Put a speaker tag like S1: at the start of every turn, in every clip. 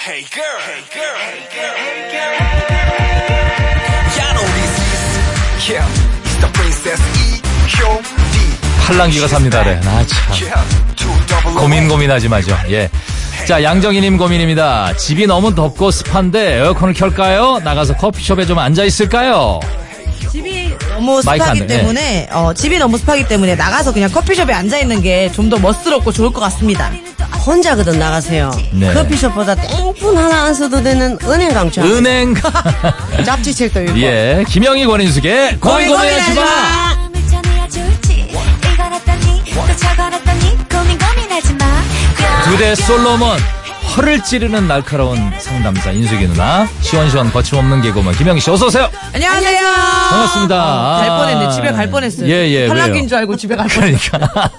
S1: Hey girl. Hey girl. Hey girl. Hey girl. Hey girl.
S2: You know this is yeah. It's the princess E Q D.
S3: 팔랑귀가 삽니다. 네. 아, 참.
S2: Yeah. Two double
S3: 고민 고민하지 마죠. 예. 자, 양정희님 고민입니다. 집이 너무 덥고 습한데 에어컨을 켤까요? 나가서 커피숍에 좀 앉아 있을까요?
S4: 집이 너무
S3: 마이크 안
S4: 습하기
S3: 돼, 예.
S4: 때문에 어, 집이 너무 습하기 때문에 나가서 그냥 커피숍에 앉아 있는 게 좀 더 멋스럽고 좋을 것 같습니다.
S5: 혼자거든 나가세요.
S3: 네.
S5: 커피숍보다 땡뿐 하나 안 써도 되는 은행 강추.
S3: 은행.
S4: 잡지책도 읽고.
S3: 예. 김영희 권인숙의 고민 고민하지 마.
S6: 마음을 전해야 좋을지 이걸 했더니 또 저걸 했더니 고민 고민하지 마
S3: 두 대 솔로몬 허를 찌르는 날카로운 상담사 인숙이 누나 시원시원 거침없는 개그맨 김영희 씨 어서 오세요.
S4: 안녕하세요.
S3: 반갑습니다. 아.
S4: 어, 갈 뻔했네. 집에 갈 뻔했어요.
S3: 예, 예, 왜요?
S4: 팔랑귀인 줄 알고 집에 갈 뻔.
S3: 그러니까.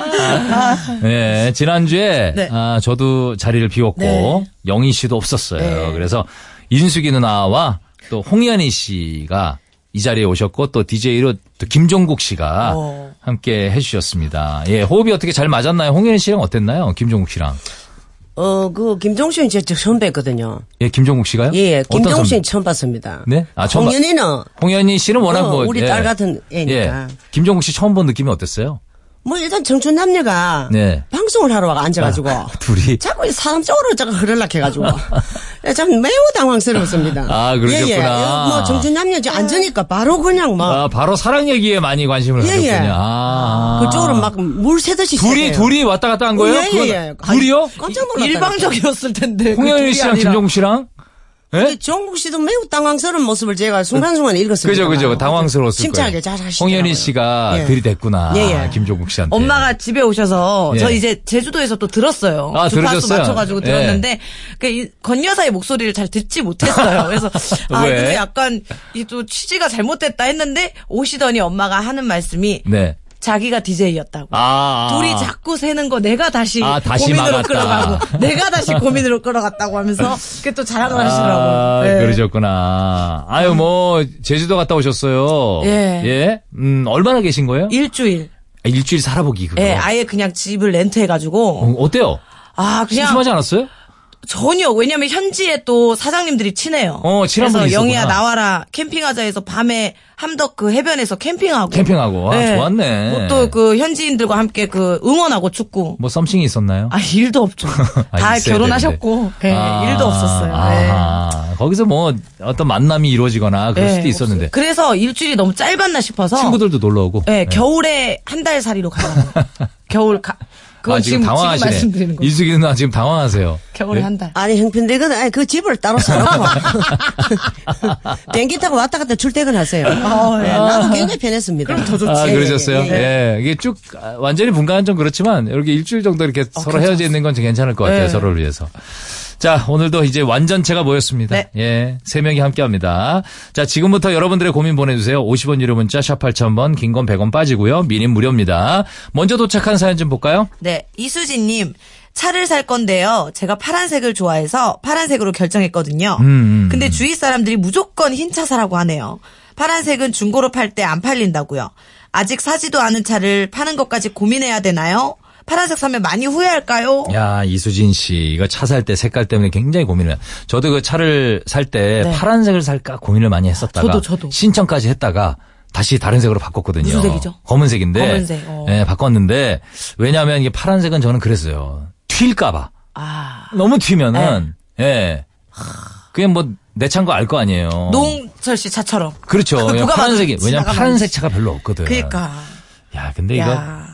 S3: 네, 지난주에
S4: 네.
S3: 아, 저도 자리를 비웠고
S4: 네.
S3: 영희 씨도 없었어요.
S4: 네.
S3: 그래서 인숙이 누나와 또 홍현희 씨가 이 자리에 오셨고 또 DJ로 또 김종국 씨가
S4: 어.
S3: 함께 해주셨습니다. 예, 호흡이 어떻게 잘 맞았나요? 홍현희 씨랑 어땠나요? 김종국 씨랑.
S5: 어, 그 김종신 제 처음 뵀거든요.
S3: 예, 김종국 씨가요?
S5: 예, 예.
S3: 어떤
S5: 김종신
S3: 선배?
S5: 처음 봤습니다.
S3: 네? 아, 처음 봤-
S5: 홍윤이는
S3: 홍현희 씨는 워낙
S5: 어,
S3: 뭐
S5: 우리
S3: 예.
S5: 딸 같은 애니까.
S3: 김종국 씨 처음 본 느낌이 어땠어요?
S5: 뭐 일단 청춘 남녀가
S3: 네.
S5: 방송을 하러 와 앉아가지고
S3: 둘이
S5: 자꾸 이 사람 쪽으로 자꾸 흐를락해가지고 예, 참 매우 당황스러웠습니다.
S3: 아, 그러셨구나.
S5: 예, 예. 뭐 청춘 남녀 이제 앉으니까 바로 그냥 막
S3: 아, 바로 사랑 얘기에 많이 관심을
S5: 예, 예.
S3: 가졌군요. 아.
S5: 그쪽으로 막 물 새듯이
S3: 둘이 둘이 왔다 갔다
S4: 어,
S3: 한 거예요?
S5: 예, 예,
S3: 그건-
S5: 예.
S4: 아,
S3: 둘이요?
S5: 깜짝 놀랐다.
S4: 일방적이었을 텐데. 그
S3: 홍현희
S4: 둘이
S3: 씨랑
S4: 아니라.
S3: 김종국 씨랑? 예?
S5: 정국 씨도 매우 당황스러운 모습을 제가 순간순간 읽었습니다.
S3: 그죠, 그죠. 당황스러웠을 거예요.
S5: 침착하게 잘 하시더라고요.
S3: 홍현희 씨가
S5: 예.
S3: 들이댔구나.
S5: 예, 예.
S3: 김종국 씨한테.
S4: 엄마가 집에 오셔서
S3: 네. 예.
S4: 저 이제 제주도에서 또 들었어요.
S3: 아,
S4: 주파수
S3: 들으셨어요?
S4: 맞춰가지고
S3: 예.
S4: 들었는데 그건 여사의 목소리를 잘 듣지 못했어요. 그래서 아
S3: 왜?
S4: 이거 약간 이 또 취지가 잘못됐다 했는데 오시더니 엄마가 하는 말씀이
S3: 네.
S4: 자기가 DJ였다고.
S3: 아. 아.
S4: 둘이 자꾸 새는 거 내가 다시,
S3: 아, 다시
S4: 고민으로
S3: 막았다.
S4: 끌어가고 내가 다시 고민으로 끌어갔다고 하면서 그게 또 자랑을 하시더라고요.
S3: 아,
S4: 예.
S3: 그러셨구나. 아유, 뭐, 제주도 갔다 오셨어요.
S4: 예.
S3: 음, 얼마나 계신 거예요?
S4: 일주일.
S3: 아, 일주일 살아보기, 그거.
S4: 예, 아예 그냥 집을 렌트해가지고.
S3: 어, 어때요?
S4: 아, 그냥.
S3: 심심하지 않았어요?
S4: 전혀 왜냐면 현지에 또 사장님들이 친해요.
S3: 어, 친한
S4: 그래서
S3: 분이
S4: 영희야
S3: 있었구나.
S4: 나와라 캠핑하자 해서 밤에 함덕 그 해변에서 캠핑하고
S3: 캠핑하고. 아, 좋았네.
S4: 예. 또 그 현지인들과 함께 그 응원하고 축구.
S3: 뭐, 썸씽이 있었나요?
S4: 아 일도 없죠.
S3: 아,
S4: 다
S3: 있어야
S4: 결혼하셨고
S3: 되는데.
S4: 예,
S3: 아,
S4: 일도 없었어요. 예.
S3: 아하. 거기서 뭐, 어떤 만남이 이루어지거나 그럴
S4: 예,
S3: 수도 있었는데.
S4: 없어요. 그래서 일주일이 너무 짧았나 싶어서
S3: 친구들도 네. 놀러 오고. 아,
S4: 예, 겨울에 한 달 살이로 가요. 겨울 가. 그건
S3: 아,
S4: 지금,
S3: 지금
S4: 지금
S3: 당황하시네.
S4: 말씀드리는 거예요.
S3: 이수기 누나 지금 당황하세요.
S4: 겨울에
S3: 예?
S4: 한 달.
S5: 아니 형편되거든. 아니 그 집을 따로 사놓고 비행기 타고 왔다 갔다 출퇴근하세요.
S4: 아, 어, 네.
S5: 예, 나도 굉장히 편했습니다. 네. 그럼 더 좋지.
S3: 아, 그러셨어요? 예, 이게 쭉, 아, 완전히 분간은 좀 그렇지만, 이렇게 일주일 정도 이렇게 서로 헤어져 있는 건 괜찮을 것 같아요.
S4: 예.
S3: 서로를 위해서. 자, 오늘도 이제 완전체가 모였습니다.
S4: 네.
S3: 예, 세 명이 함께 합니다. 자, 지금부터 여러분들의 고민 보내주세요. 50원 유료 문자, 샵 8000번, 긴 건 100원 빠지고요. 미린 무료입니다. 먼저 도착한 사연 좀 볼까요?
S4: 네, 이수진님. 차를 살 건데요. 제가 파란색을 좋아해서 파란색으로 결정했거든요.
S3: 음,
S4: 근데 주위 사람들이 무조건 흰 차 사라고 하네요. 파란색은 중고로 팔 때 안 팔린다고요. 아직 사지도 않은 차를 파는 것까지 고민해야 되나요? 파란색 사면 많이 후회할까요?
S3: 야, 이수진 씨가 차 살 때 색깔 때문에 굉장히 고민을. 해요. 저도 그 차를 살 때
S4: 네.
S3: 파란색을 살까 고민을 많이 했었다가
S4: 저도, 저도.
S3: 신청까지 했다가 다시 다른 색으로 바꿨거든요.
S4: 무슨 색이죠?
S3: 검은색인데.
S4: 검은색, 어.
S3: 예, 바꿨는데 왜냐하면 이게 파란색은 저는 그랬어요. 튈까봐.
S4: 아,
S3: 너무 튀면은 예. 그게 뭐내 차인 거알 거 아니에요.
S4: 노홍철 씨 차처럼.
S3: 어. 그렇죠.
S4: 누가
S3: 그냥
S4: 봐도
S3: 파란색이 왜냐면
S4: 지나가면
S3: 파란색 차가 별로 없거든.
S4: 그니까.
S3: 야, 근데 이거
S4: 야.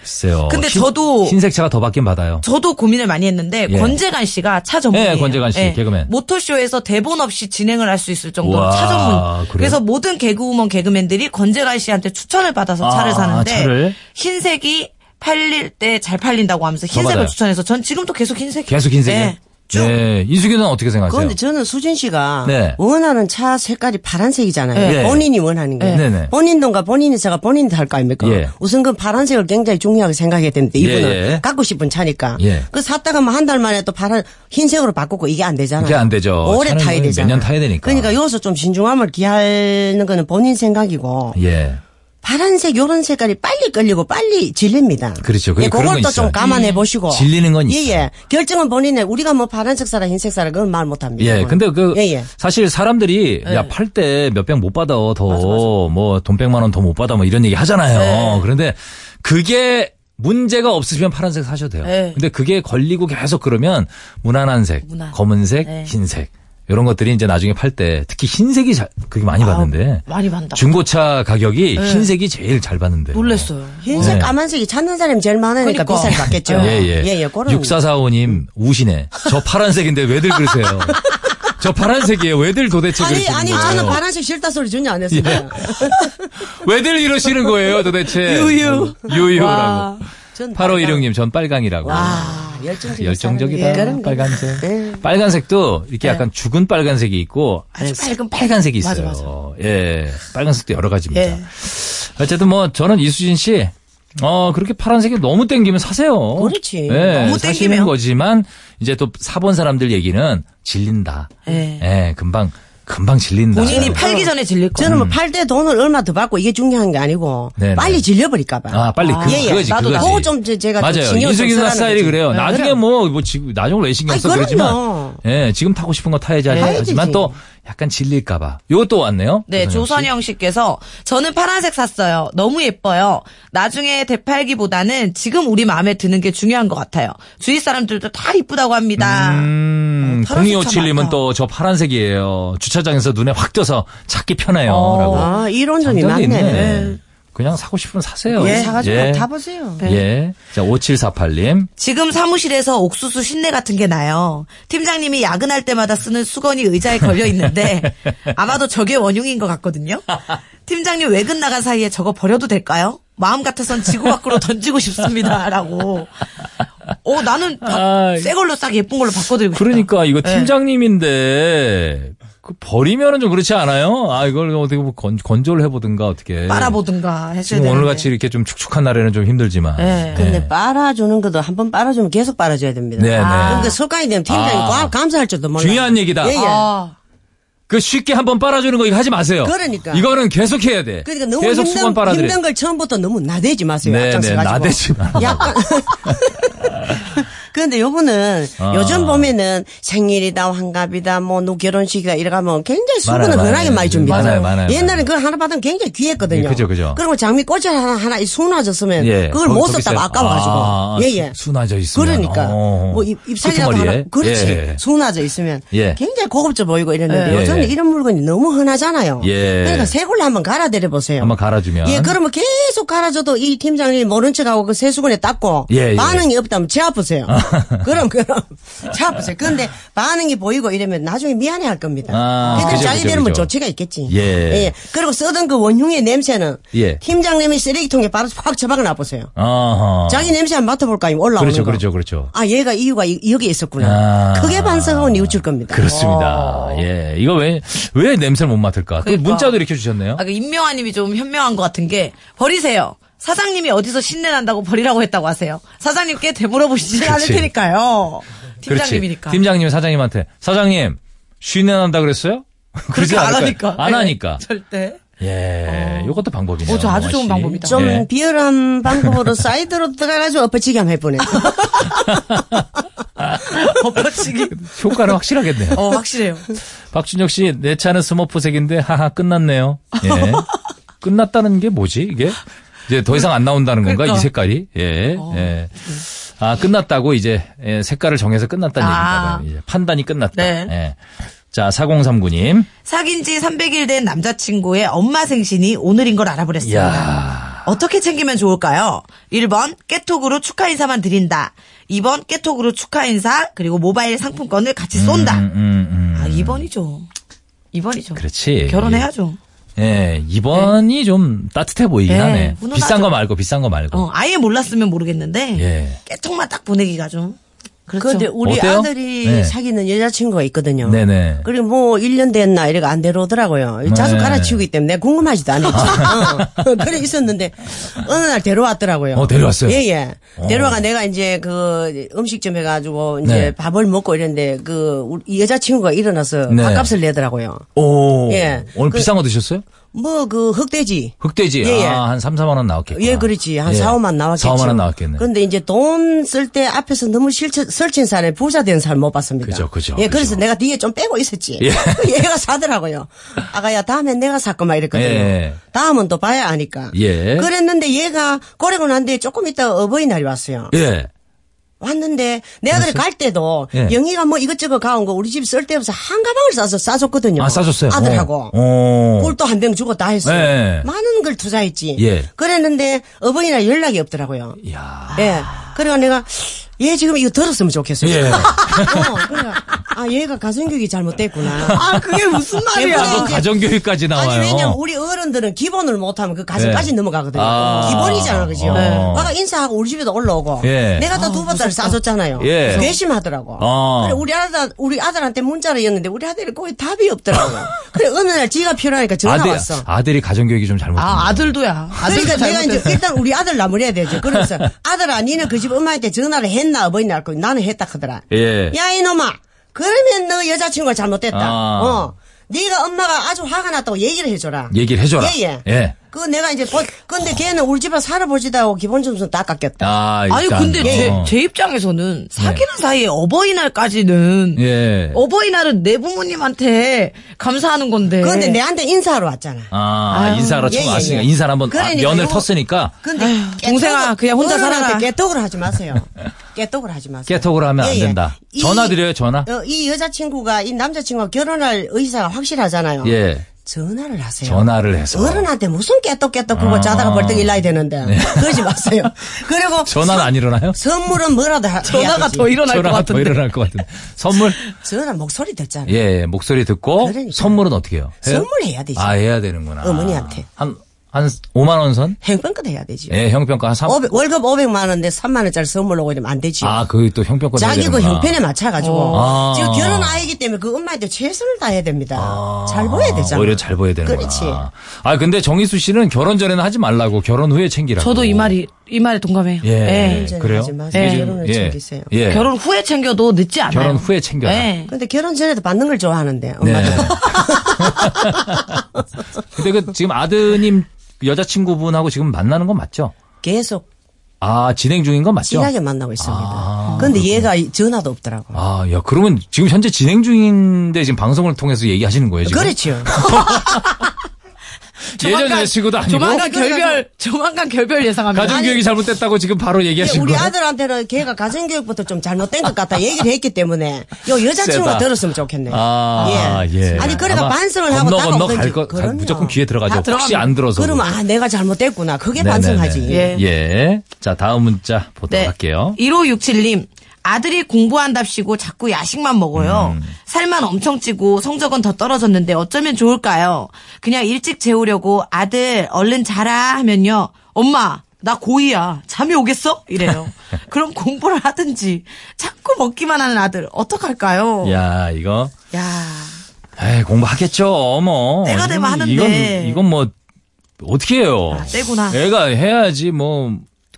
S3: 글쎄요.
S4: 근데 저도-
S3: 흰색 차가 더 받긴 받아요.
S4: 저도 고민을 많이 했는데
S3: 예.
S4: 권재관 씨가 차 전문이에요.
S3: 예, 권재관 씨, 개그맨.
S4: 모토쇼에서 대본 없이 진행을 할 수 있을 정도로
S3: 우와,
S4: 차 전문.
S3: 그래요?
S4: 그래서 모든 개그우먼 개그맨들이 권재관 씨한테 추천을 받아서 차를
S3: 아,
S4: 사는데
S3: 차를?
S4: 흰색이 팔릴 때 잘 팔린다고 하면서
S3: 받아요.
S4: 흰색을 추천해서 전 지금도 계속 흰색.
S3: 계속 흰색이요.
S4: 예. 쭉.
S3: 예, 인숙이 누나 어떻게 생각하세요?
S5: 그런데 저는 수진 씨가
S3: 네.
S5: 원하는 차 색깔이 파란색이잖아요.
S3: 네.
S5: 본인이 원하는 게.
S3: 네. 네.
S5: 본인 돈과 본인의 차가 본인이 할 거 아닙니까?
S3: 예.
S5: 우선 그 파란색을 굉장히 중요하게 생각해야 되는데 이분은
S3: 예, 예.
S5: 갖고 싶은 차니까.
S3: 예.
S5: 그 샀다가 뭐 한 달 만에 또 파란 흰색으로 바꾸고 이게 안 되잖아요.
S3: 이게 안 되죠.
S5: 오래
S3: 차는
S5: 타야
S3: 몇년
S5: 되잖아요.
S3: 타야 되니까.
S5: 그러니까 여기서 좀 신중함을 기하는 거는 본인 생각이고
S3: 예.
S5: 파란색 요런 색깔이 빨리 끌리고 빨리 질립니다.
S3: 그렇죠. 그-
S5: 예,
S3: 그런
S5: 그것도
S3: 건 있어요.
S5: 좀 감안해 보시고.
S3: 질리는 건
S5: 예, 예. 결정은 본인의 우리가 뭐 파란색 사라 흰색 사라 그건 말 못합니다.
S3: 예,
S4: 뭐.
S5: 그건.
S3: 근데 그
S5: 예, 예.
S3: 사실 사람들이
S4: 예.
S3: 야 팔 때 몇 병 못 받아 더 뭐 돈 백만 원 더 못 받아 뭐 이런 얘기 하잖아요.
S4: 예.
S3: 그런데 그게 문제가 없으시면 파란색 사셔도 돼요.
S4: 네.
S3: 근데 그게 걸리고 계속 그러면 무난한 색,
S4: 무난.
S3: 검은색,
S4: 네.
S3: 흰색 이런 것들이 이제 나중에 팔 때 특히 흰색이 잘 그게 많이 받는데
S4: 아, 많이 받는다. 예.
S3: 중고차 가격이 흰색이 제일 잘 받는데
S4: 놀랬어요.
S5: 흰색,
S3: 네.
S5: 까만색이 찾는 사람이 제일 많으니까
S4: 그러니까.
S5: 비쌀 것 같겠죠.
S3: 예예.
S5: 예, 예. 그런.
S3: 6445님 우시네. 저 파란색인데 왜들 그러세요? 저 파란색이에요. 왜들 도대체
S5: 아니,
S3: 그러시는
S5: 아니,
S3: 거예요?
S5: 저는 파란색 싫다 소리 전혀 안 했어요.
S3: 예. 왜들 이러시는 거예요, 도대체? 유유. 유유라고.
S5: 전
S3: 8516님, 전 빨강이라고.
S5: 아, 열정적이다.
S3: 열정적이다.
S5: 예, 그런 거.
S3: 빨간색.
S5: 예.
S4: 음.
S3: 빨간색도 이렇게
S4: 네.
S3: 약간 죽은 빨간색이 있고 아주 빨간 빨간색이 있어요. 예. 빨간색도 여러 가지입니다.
S4: 예.
S3: 어쨌든 뭐 저는 이수진 씨 어, 그렇게 파란색이 너무 땡기면 사세요.
S5: 그렇지.
S3: 예,
S4: 너무
S3: 사시는
S4: 땡기면.
S3: 거지만 이제 또 사본 사람들 얘기는 질린다.
S4: 예.
S3: 예, 금방 금방 질린다.
S4: 본인이 팔기 전에 질릴 거.
S5: 저는 뭐 팔 때 돈을 얼마 더 받고 이게 중요한 게 아니고
S3: 음. 네네.
S5: 빨리 질려버릴까봐.
S3: 아, 빨리 그,
S5: 예, 예.
S3: 그거지,
S5: 나도
S3: 그거지.
S5: 그거 좀 제- 제가 좀
S3: 맞아요.
S5: 신경을 좀
S3: 이승기
S5: 쓰라는
S3: 스타일이
S5: 거지.
S3: 그래요.
S5: 네,
S3: 나중에
S5: 그럼.
S3: 뭐, 뭐 지금 나중에 레이싱이
S5: 아니,
S3: 없어 그러지만,
S5: 그럼요.
S3: 예, 지금 타고 싶은 거 타야지
S5: 타야지.
S3: 하지만 또 약간 질릴까봐. 요것도 왔네요.
S4: 네, 조선영 씨께서 저는 파란색 샀어요. 너무 예뻐요. 나중에 대팔기보다는 지금 우리 마음에 드는 게 중요한 것 같아요. 주위 사람들도 다 이쁘다고 합니다.
S3: 음,
S4: 어, 파란색 참
S3: 0257님은
S4: 많다.
S3: 또 저 파란색이에요. 주차장에서 눈에 확 띄어서 찾기 편해요.
S4: 어.
S3: 라고.
S5: 아, 이론전이
S3: 장점이
S5: 많네.
S3: 있네. 그냥 사고 싶으면 사세요.
S5: 예, 사가지고
S3: 예.
S5: 타보세요.
S4: 네.
S3: 예. 자, 5748님.
S4: 지금 사무실에서 옥수수 신내 같은 게 나요. 팀장님이 야근할 때마다 쓰는 수건이 의자에 걸려 있는데 아마도 저게 원흉인 것 같거든요. 팀장님 외근 나간 사이에 저거 버려도 될까요? 마음 같아선 지구 밖으로 던지고 싶습니다라고. 어 나는 다
S3: 아이.
S4: 새 걸로 싹 예쁜 걸로 바꿔드리고 싶다.
S3: 그러니까 이거
S5: 네.
S4: 예.
S3: 팀장님인데 그 버리면은 좀 그렇지 않아요? 아 이걸 어떻게 뭐 건, 건조를 해보든가 어떻게
S4: 빨아보든가 해야
S3: 지금
S4: 되는데.
S3: 오늘 같이 이렇게 좀 축축한 날에는 좀 힘들지만 네.
S4: 예.
S5: 네, 근데 빨아주는 것도 한 번 빨아주면 계속 빨아줘야 됩니다.
S3: 네네.
S5: 근데 석간이 되면 팀장이
S3: 아.
S5: 과- 감사할 줄도 몰라.
S3: 중요한 얘기다.
S5: 예, 예.
S4: 아,
S3: 그 쉽게 한번 빨아주는 거 이거 하지 마세요.
S5: 그러니까.
S3: 이거는 계속 해야 돼.
S5: 그러니까 너무
S3: 계속
S5: 힘든,
S3: 수건 빨아들여.
S5: 힘든 걸 처음부터 너무 나대지 마세요.
S3: 네네,
S5: 앞장서가지고.
S3: 나대지 마.
S5: 약간. 그런데 요분은
S3: 아.
S5: 요즘 보면은 생일이다, 환갑이다, 뭐, 누 결혼식이다, 이래가면 굉장히 수건을
S3: 많아요,
S5: 흔하게
S3: 많아요.
S5: 많이 줍니다.
S3: 많아요, 많아요,
S5: 옛날에
S3: 많아요.
S5: 그거 하나 받으면 굉장히 귀했거든요.
S3: 예, 그죠, 그죠.
S5: 그리고 장미꽃이 하나, 하나 이 수놓아졌으면
S3: 예,
S5: 그걸
S3: 거기
S5: 못
S3: 더
S5: 썼다고
S3: 비싸요.
S5: 아까워가지고.
S3: 아,
S5: 예, 예.
S3: 수- 수놔져 있으면.
S5: 그러니까.
S3: 어.
S5: 뭐, 입, 입살이라고
S3: 끄트머리에?
S5: 하나. 그렇지.
S3: 예.
S5: 수놔져 있으면
S3: 예.
S5: 굉장히 고급져 보이고 이랬는데
S3: 예.
S5: 요즘
S3: 예.
S5: 이런 물건이 너무 흔하잖아요.
S3: 예.
S5: 그러니까 새 걸로 한번 갈아드려 보세요.
S3: 한번 갈아주면.
S5: 예, 그러면 계속 갈아줘도 이 팀장이 모른 척하고 그 세수건에 닦고
S3: 예, 예.
S5: 반응이 없다면 제 아프세요. 그럼 그럼 제 아프세요. 그런데 반응이 보이고 이러면 나중에 미안해할 겁니다.
S3: 아,
S5: 그들
S3: 그죠, 그죠,
S5: 자기들은 뭐
S3: 그죠.
S5: 조치가 있겠지.
S3: 예.
S5: 그리고 쓰던 그 원흉의 냄새는
S3: 예.
S5: 팀장님이 쓰레기통에 바로 확 처박아 놔보세요.
S3: 어허.
S5: 자기 냄새 한번 맡아볼까 하면 올라오는
S3: 그렇죠,
S5: 거.
S3: 그렇죠, 그렇죠.
S5: 아 얘가 이유가 이- 여기 있었구나.
S3: 아.
S5: 크게 반성하고 뉘우칠 겁니다.
S3: 그렇습니다.
S5: 아.
S3: 예. 이거 왜, 왜 냄새를 못 맡을까? 또
S4: 그러니까.
S3: 문자도 이렇게 주셨네요.
S4: 아, 그 임명아님이 좀 현명한 것 같은 게 버리세요. 사장님이 어디서 신내 난다고 버리라고 했다고 하세요. 사장님께 되물어보시지 않을
S3: 그렇지.
S4: 테니까요.
S3: 그렇지.
S4: 팀장님이니까.
S3: 팀장님이 사장님한테 사장님 쉬내 난다 그랬어요? 그러지
S4: 그렇게 안
S3: 않을까요?
S4: 하니까.
S3: 안
S4: 예.
S3: 하니까.
S4: 절대.
S3: 예, 요것도 방법이네요.
S4: 어, 저 아주
S3: 영화
S4: 좋은
S3: 씨.
S4: 방법이다.
S5: 좀
S3: 예.
S5: 비열한 방법으로 사이드로 들어가가지고 엎어치기 한번 해보네.
S4: 아, 엎어치기.
S3: 효과는 확실하겠네요.
S4: 어, 확실해요.
S3: 박준혁 씨, 내 차는 스머프색인데 하하 끝났네요. 예. 끝났다는 게 뭐지 이게? 이제 더 이상 안 나온다는 건가
S4: 그러니까. 어.
S3: 이 색깔이? 예. 예. 아 끝났다고 이제 예, 색깔을 정해서 끝났다는
S4: 아.
S3: 얘기인가 봐요. 이제 판단이 끝났다.
S4: 네.
S3: 예. 자 4039님.
S4: 사귄 지 300일 된 남자친구의 엄마 생신이 오늘인 걸 알아버렸습니다.
S3: 이야.
S4: 어떻게 챙기면 좋을까요? 1번 깨톡으로 축하 인사만 드린다. 2번 깨톡으로 축하 인사 그리고 모바일 상품권을 같이 쏜다.
S3: 음, 음, 음.
S4: 아, 2번이죠. 2번이죠.
S3: 그렇지.
S4: 결혼해야죠.
S3: 예, 이번이
S5: 네.
S3: 좀 따뜻해 보이긴
S4: 예,
S3: 하네.
S4: 훈훈하죠.
S3: 비싼 거 말고, 비싼 거 말고.
S4: 어, 아예 몰랐으면 모르겠는데
S3: 예.
S4: 깨톡만 딱 보내기가 좀 그렇죠.
S5: 그런데 우리
S3: 어때요?
S5: 아들이
S3: 네.
S5: 사귀는 여자친구가 있거든요.
S3: 네네.
S5: 그리고 뭐 1년 됐나 이래가 안 데려오더라고요. 자주
S3: 네.
S5: 갈아치우기 때문에 궁금하지도 않았지. 어. 그래 있었는데 어느 날 데려왔더라고요.
S3: 어, 데려왔어요?
S5: 예예.
S3: 어.
S5: 데려와가 내가 이제 그 음식점 해가지고 이제
S3: 네.
S5: 밥을 먹고 이랬는데 그 우리 여자친구가 일어나서
S3: 네.
S5: 밥값을 내더라고요.
S3: 오.
S5: 예.
S3: 오늘
S5: 그-
S3: 비싼 거 드셨어요?
S5: 뭐 그 흑돼지.
S3: 흑돼지.
S5: 예, 예.
S3: 아, 한 3, 4만 원 나왔겠구나.
S5: 예, 그렇지. 한
S3: 예.
S5: 4, 5만 나왔겠죠.
S3: 4, 5만 원 나왔겠네.
S5: 근데 이제 돈 쓸 때 앞에서 너무 실천, 설친 사람에 부자 된 사람 못 봤습니다.
S3: 그죠, 그죠,
S5: 예,
S3: 그죠.
S5: 그래서 내가 뒤에 좀 빼고 있었지.
S3: 예.
S5: 얘가 사더라고요. 아가야, 다음엔 내가 살거 막 이랬거든요.
S3: 예.
S5: 다음은 또 봐야 아니까.
S3: 예.
S5: 그랬는데 얘가 꼬리고 난 뒤에 조금 있다 어버이날이 왔어요.
S3: 예.
S5: 왔는데 내 아들이 갈 때도
S3: 예.
S5: 영희가 뭐 이것저것 가온 거 우리 집 쓸 때부터 한 가방을 싸서 싸줬거든요.
S3: 아, 싸줬어요.
S5: 아들하고.
S3: 어. 어.
S5: 꿀도 한 병 주고 다 했어요.
S3: 예.
S5: 많은 걸 투자했지.
S3: 예.
S5: 그랬는데 어버이날 연락이 없더라고요.
S3: 이야.
S5: 예. 그래가 내가 얘 지금 이거 들었으면 좋겠어요.
S3: 예.
S5: 어, 그러니까 아 얘가 가정교육이 잘못됐구나. 아 그게 무슨
S4: 말이야.
S3: 뭐 가정교육까지 나와요.
S5: 아니 왜냐면 우리 어른들은 기본을 못하면 그 가슴까지
S3: 예.
S5: 넘어가거든요.
S3: 아.
S5: 기본이잖아 그죠.
S3: 어.
S5: 아까 인사하고 우리 집에도 올라오고
S3: 예.
S5: 내가 다 두 번째를 싸줬잖아요.
S3: 예.
S5: 괘씸하더라고.
S3: 아.
S5: 그래 우리 아들 우리 아들한테 문자를 였는데 우리 아들이 거의 답이 없더라고. 그래 어느 날 지가 필요하니까 전화
S3: 아들,
S5: 왔어.
S3: 아들이 가정교육이 좀 잘못된
S4: 아,
S3: 거예요.
S4: 아들도야.
S5: 그러니까
S4: 아들도
S5: 내가 이제
S4: 잘못됐어.
S5: 일단 우리 아들 나무려야 되지. 그래서 아들아, 니는 그 집 엄마한테 전화를 했나 어버이날 거 나는 했다 하더라.
S3: 예.
S5: 야 이놈아, 그러면 너 여자친구가 잘못됐다.
S3: 아.
S5: 어, 네가 엄마가 아주 화가 났다고 얘기를 해줘라.
S3: 얘기를 해줘라.
S5: 예예.
S3: 예.
S5: 그 내가 이제 보, 근데 걔는 우리 집에 살아보지도 않고 기본 점수는 다 깎였다.
S3: 아,
S4: 아니
S3: 일단,
S4: 근데 제,
S3: 어.
S4: 제 입장에서는 사귀는 사이에 어버이날까지는
S3: 예.
S4: 어버이날은 내 부모님한테 감사하는 건데.
S5: 그런데 내한테 인사하러 왔잖아.
S3: 예. 아, 인사하러 처음
S5: 예, 예,
S3: 왔으니까
S5: 예.
S3: 인사를 한번 아,
S5: 그러니까
S3: 면을
S5: 이거-
S3: 텄으니까
S5: 근데
S4: 아휴,
S5: 깨톡을-
S4: 동생아, 그냥 혼자
S5: 어른한테
S4: 살아라.
S5: 깨톡을 하지 마세요. 깨톡을 하지 마세요. 예,
S3: 깨톡을 하면 안 된다. 전화 드려요, 전화?
S5: 어, 이 여자친구가 이 남자친구와 결혼할 의사가 확실하잖아요.
S3: 예.
S5: 전화를 하세요.
S3: 전화를 해서.
S5: 어른한테 무슨 깨떡깨떡 그거
S3: 아. 네.
S5: 자다가 벌떡 일나야 되는데 그러지 마세요. 그리고
S3: 전화는 안 일어나요?
S5: 선물은 뭐라도 하,
S4: 전화가 더 일어날 것
S3: 전화가 더
S4: 같은데.
S3: 일어날 것 같은데. 선물?
S5: 전화 목소리 듣잖아. 요
S3: 예, 예, 목소리 듣고
S5: 그러니까.
S3: 선물은 어떻게 해요? 해요?
S5: 선물해야 되지.
S3: 아, 해야 되는구나.
S5: 어머니한테.
S3: 한, 한 5만 원 선?
S5: 행편껏 해야 되지.
S3: 예, 형평가 한 3.
S5: 오백- 월급 500만 원인데 3만 원짜리 선물로 오면 안 되지.
S3: 아, 그게 또 형평가
S5: 자기 그 형편에 맞춰가지고
S3: 아.
S5: 지금 결혼 아이기 때문에 그 엄마한테 최선을 다해야 됩니다. 잘 보여야 되잖아.
S3: 오히려 잘 보여야 되는구나.
S5: 그렇지.
S3: 아, 근데 정희수 씨는 결혼 전에는 하지 말라고 결혼 후에 챙기라고.
S4: 저도 이 말이 이 말에 동감해요.
S3: 예,
S4: 예.
S5: 전에
S3: 그래요?
S5: 하지 마세요.
S3: 예.
S5: 결혼을
S3: 예.
S5: 챙기세요.
S3: 예.
S4: 결혼 후에 챙겨도 늦지 않아요.
S3: 결혼 후에 챙겨라.
S4: 예.
S5: 근데 결혼 전에도 받는 걸 좋아하는데 엄마도.
S3: 네. 근데 그 지금 아드님 여자친구분하고 지금 만나는 건 맞죠?
S5: 계속
S3: 아, 진행 중인 건 맞죠?
S5: 진하게 만나고 있습니다. 근데 얘가 이- 전화도 없더라고. 요
S3: 아, 야, 그러면 지금 현재 진행 중인데 지금 방송을 통해서 얘기하시는 거예요, 지금?
S5: 그렇죠.
S3: 예전
S4: 조만간-
S3: 여자친구도 아니고
S4: 조만간
S5: 뭐,
S4: 결별 조만간 결별 예상합니다.
S3: 가정교육이 잘못됐다고 지금 바로 얘기하신
S5: 우리
S3: 거예요?
S5: 아들한테는 걔가 가정교육부터 좀 잘못된 것 같다 얘기를 했기 때문에 요 여자친구가
S3: 세다.
S5: 들었으면 좋겠네요.
S3: 아, 예.
S5: 아니 그러다
S3: 아마
S5: 반성을 하고
S3: 건너 건너
S5: 다가오든지.
S3: 갈 거, 가-
S5: 그럼요.
S3: 무조건 귀에 들어가죠.
S5: 다
S3: 혹시
S5: 들어가면-
S3: 안 들어서.
S5: 그러면 아 내가 잘못됐구나. 그게
S3: 네네네.
S5: 반성하지.
S3: 예. 자, 다음 문자 보도록
S4: 네.
S3: 할게요.
S4: 1567님. 아들이 공부한답시고 자꾸 야식만 먹어요.
S3: 음.
S4: 살만 엄청 찌고 성적은 더 떨어졌는데 어쩌면 좋을까요? 그냥 일찍 재우려고 아들 얼른 자라 하면요. 엄마 나 고2야. 잠이 오겠어? 이래요. 그럼 공부를 하든지 자꾸 먹기만 하는 아들 어떡할까요? 야.
S3: 야, 이거. 에이, 공부하겠죠, 뭐.
S4: 때가 되면
S3: 이건-
S4: 하는데.
S3: 이건, 이건 뭐, 어떻게 해요.
S4: 아, 때구나.
S3: 애가 해야지, 뭐,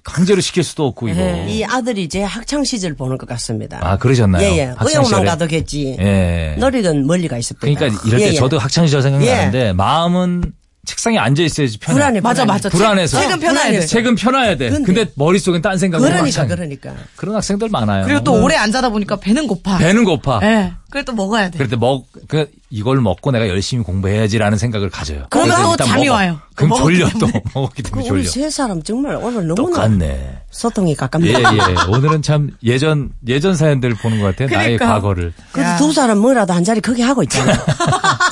S3: 강제로 시킬 수도 없고, 이거.
S4: 예,
S5: 이 아들이 제 학창 시절 보는 것 같습니다.
S3: 예. 아, 그러셨나요?
S5: 예예.
S3: 학창
S5: 의욕만
S3: 시절에?
S5: 가득했지.
S3: 예.
S5: 노력은 멀리가 예, 있을 뿐.
S3: 그러니까
S4: 아,
S3: 이럴
S4: 예,
S3: 때 저도 학창시절 생각나는데, 마음은 책상에 앉아있어야지 편해.
S5: 불안해.
S4: 맞아
S5: 불안해.
S4: 맞아.
S3: 불안해서.
S4: 책은 편해야 네. 돼.
S3: 책은 펴놔야 돼. 근데,
S5: 근데
S3: 머릿속엔 딴 생각으로
S5: 그러니까
S3: 막 상-
S5: 그러니까.
S3: 그런 학생들 많아요.
S4: 그리고 또 오래 안 자다 보니까 배는 고파.
S3: 음. 배는 고파.
S4: 예. 그래 또 먹어야 돼.
S3: 그럴 때 먹, 그, 이걸 먹고 내가 열심히 공부해야지라는 생각을 가져요.
S4: 그러면
S3: 그래서
S4: 하고
S3: 일단
S4: 잠이
S3: 먹어.
S4: 와요.
S3: 그럼
S4: 먹었기
S3: 졸려 또.
S4: 때문에.
S3: 먹었기 때문에
S5: 그 우리
S3: 졸려.
S5: 세 사람 정말 오늘 너무나
S3: 똑같네.
S5: 소통이
S3: 예,
S5: 가깝네요.
S3: 예. 오늘은 참 예전, 예전 사연들을 보는 것 같아요. 나의
S4: 그러니까.
S3: 과거를.
S5: 그래도
S4: 야.
S5: 두 사람 뭐라도 한 자리 크게 하고 있잖아요.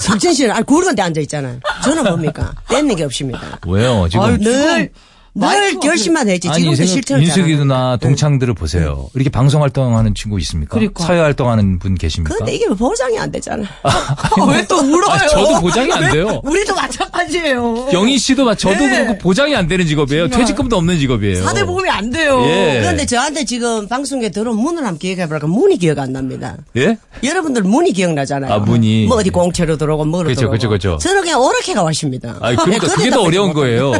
S5: 석진 씨는 아 구르건데 앉아 있잖아요. 저는 뭡니까? 떼는 게 없습니다.
S3: 왜요? 지금.
S4: 아유,
S5: 늘, 늘
S4: 마이크가
S5: 결심만 했지. 지금도 실천을
S3: 인숙이
S5: 잘하는
S3: 누나 동창들을 보세요. 이렇게 방송 활동하는 친구 있습니까?
S4: 그러니까.
S3: 사회 활동하는 분 계십니까?
S5: 근데 이게 뭐 보장이 안 되잖아.
S4: 왜 또 울어요?
S3: 그러니까. 아니, 저도 보장이 안 돼요.
S4: 우리도 마찬가지예요.
S3: 영희 씨도 막 저도 그렇고 보장이 안 되는 직업이에요. 퇴직금도 없는 직업이에요.
S4: 사대 보험이 안 돼요.
S3: 어. 예.
S5: 그런데 저한테 지금 방송에 들어온 문을 한번 기억해보니까 문이 기억 안 납니다.
S3: 예?
S5: 여러분들 문이 기억나잖아요.
S3: 아, 문이. 그렇죠,
S5: 뭐 어디 공채로 들어오고 뭐로
S3: 그쵸,
S5: 들어오고.
S3: 그쵸, 그쵸.
S5: 저는 그냥 오락해가 왔습니다. 네,
S3: 아, 그러니까 그게 더 어려운 거예요.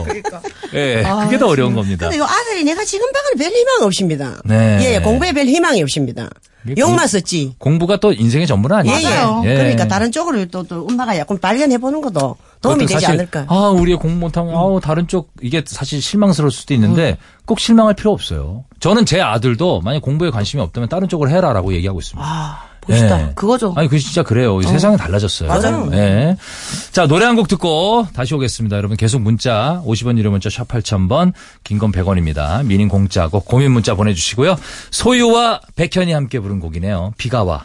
S3: 예, 그게 더 어려운 겁니다.
S5: 근데 요 아들이 내가 지금 방은 별 희망 없습니다.
S3: 네.
S5: 예, 공부에 별 희망이 없습니다.
S3: 이게
S5: 욕만
S3: 공-
S5: 썼지. 그러니까
S3: 공부가 또 인생의 전부는 아니에요.
S5: 예, 예. 그러니까 다른 쪽으로 또, 또 엄마가 약간 발견해 보는 것도 도움이
S3: 예. 그것도
S5: 되지 음.
S3: 사실,
S5: 않을까.
S3: 아, 우리의 공부 못하면, 아우, 다른 쪽, 이게 사실 실망스러울 수도 있는데, 꼭 실망할 필요 없어요. 저는 제 아들도, 만약 공부에 관심이 없다면 다른 쪽으로 해라라고 얘기하고 있습니다.
S4: 아, 봅시다.
S3: 예.
S4: 그거죠.
S3: 아니, 그 진짜 그래요. 이 세상이 달라졌어요.
S5: 맞아요.
S3: 예. 자, 노래 한 곡 듣고 다시 오겠습니다. 여러분 계속 문자, 50원 유료 문자 샵 8000번, 긴 건 100원입니다. 미닌 공짜고 고민 문자 보내주시고요. 소유와 백현이 함께 부른 곡이네요. 비가 와.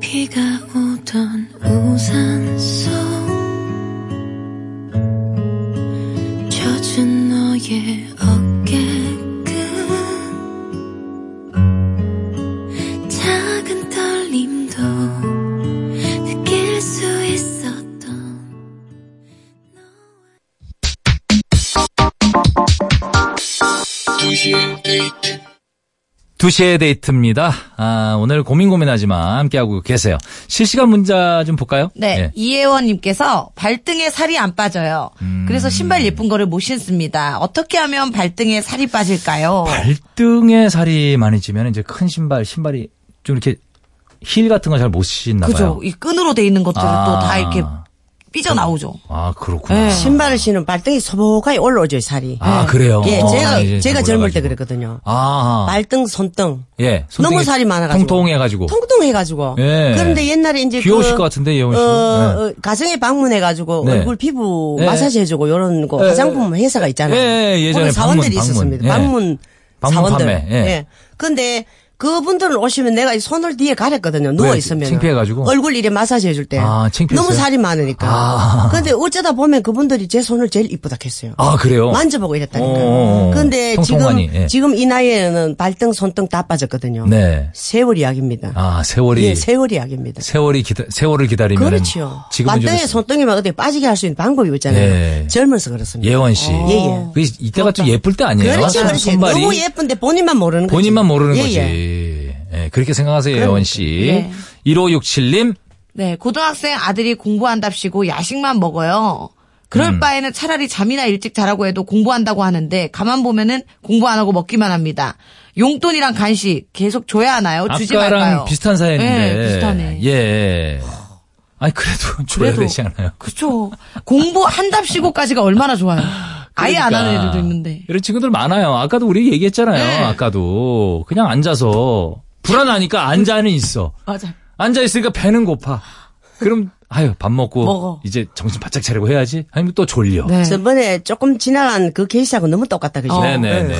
S6: 비가 오던 우산 속 젖은 너의 어깨끝 작은 떨림도 느낄 수 있었던
S3: 두시의 데이트입니다. 아, 오늘 고민 고민하지만 함께하고 계세요. 실시간 문자 좀 볼까요?
S4: 네.
S3: 예.
S4: 이혜원님께서 발등에 살이 안 빠져요.
S3: 음.
S4: 그래서 신발 예쁜 거를 못 신습니다. 어떻게 하면 발등에 살이 빠질까요?
S3: 발등에 살이 많이 찌면 이제 큰 신발, 신발이 좀 이렇게 힐 같은 거 잘 못 신나
S4: 그죠.
S3: 봐요.
S4: 이 끈으로 돼 있는 것들은
S3: 아.
S4: 또 다 이렇게 삐져나오죠.
S3: 아, 그렇구나.
S5: 네. 신발을 신으면 발등이 소복하게 올라오죠, 살이.
S3: 아, 그래요?
S5: 예,
S3: 어,
S5: 제가,
S3: 이제
S5: 제가
S3: 올라가지고.
S5: 젊을 때 그랬거든요.
S3: 아.
S5: 발등, 손등.
S3: 예.
S5: 너무
S3: 손등이
S5: 살이 많아가지고.
S3: 통통해가지고.
S5: 통통해가지고.
S3: 예.
S5: 그런데 옛날에 이제.
S3: 귀여우실
S5: 그,
S3: 것 같은데, 예원 씨.
S5: 어, 어, 가정에 방문해가지고
S3: 네.
S5: 얼굴 피부
S3: 예.
S5: 마사지 해주고 요런 거
S3: 예,
S5: 화장품 회사가 있잖아요.
S3: 예, 예, 예전에
S5: 거기 사원들이
S3: 방문,
S5: 있었습니다.
S3: 방문.
S5: 방문,
S3: 방문
S5: 사원들.
S3: 판매, 예.
S5: 예. 근데 그분들은 오시면 내가 이 손을 뒤에 가렸거든요. 누워 있으면
S3: 창피해가지고?
S5: 얼굴 이래 마사지 해줄 때
S3: 아, 창피했어요?
S5: 너무 살이 많으니까.
S3: 아.
S5: 근데 어쩌다 보면 그분들이 제 손을 제일 이쁘다 했어요.
S3: 아, 그래요? 어, 어,
S5: 만져보고
S3: 어.
S5: 이랬다니까. 근데 지금
S3: 통통하니, 예.
S5: 지금 이 나이에는 발등 손등 다 빠졌거든요.
S3: 네.
S5: 세월이 약입니다.
S3: 아, 세월이.
S5: 예, 세월이 약입니다.
S3: 세월이 기다, 세월을 기다리면.
S5: 그렇지요.
S3: 지금은 좀
S5: 만등에 손등이면 어디 빠지게 할 수 있는 방법이 있잖아요.
S3: 예.
S5: 젊어서 그렇습니다.
S3: 예원 씨.
S5: 예, 예.
S3: 그 이때가 좀 예쁠 때 아니에요?
S4: 그렇죠,
S5: 그렇지,
S3: 손-
S5: 그렇지.
S3: 손발이.
S5: 너무 예쁜데 본인만 모르는 거지.
S3: 본인만 모르는
S5: 예,
S3: 거지.
S5: 예.
S3: 예, 그렇게 생각하세요, 예원 씨.
S4: 예.
S3: 1567님.
S4: 네, 고등학생 아들이 공부한답시고 야식만 먹어요. 그럴
S3: 음.
S4: 바에는 차라리 잠이나 일찍 자라고 해도 공부한다고 하는데 가만 보면은 공부 안 하고 먹기만 합니다. 용돈이랑 간식 계속 줘야 하나요? 어, 주지
S3: 아까랑
S4: 말까요?
S3: 비슷한 사연인데.
S4: 네, 비슷하네.
S3: 예. 아니, 그래도 줘야
S4: 그래도.
S3: 되지 않아요?
S4: 그쵸. 공부한답시고까지가 얼마나 좋아요. 아예 안
S3: 그러니까.
S4: 하는 애들도 있는데.
S3: 이런 친구들 많아요. 아까도 우리 얘기했잖아요.
S4: 네.
S3: 아까도. 그냥 앉아서. 불안하니까 앉아는 있어.
S4: 맞아.
S3: 앉아있으니까 배는 고파. 그럼, 아유, 밥 먹고.
S4: 먹어.
S3: 이제 정신 바짝 차리고 해야지. 아니면 또 졸려.
S4: 네.
S5: 저번에 조금 지나간 그 케이스하고 너무 똑같다, 그죠?
S3: 어.
S4: 어.
S3: 네네네.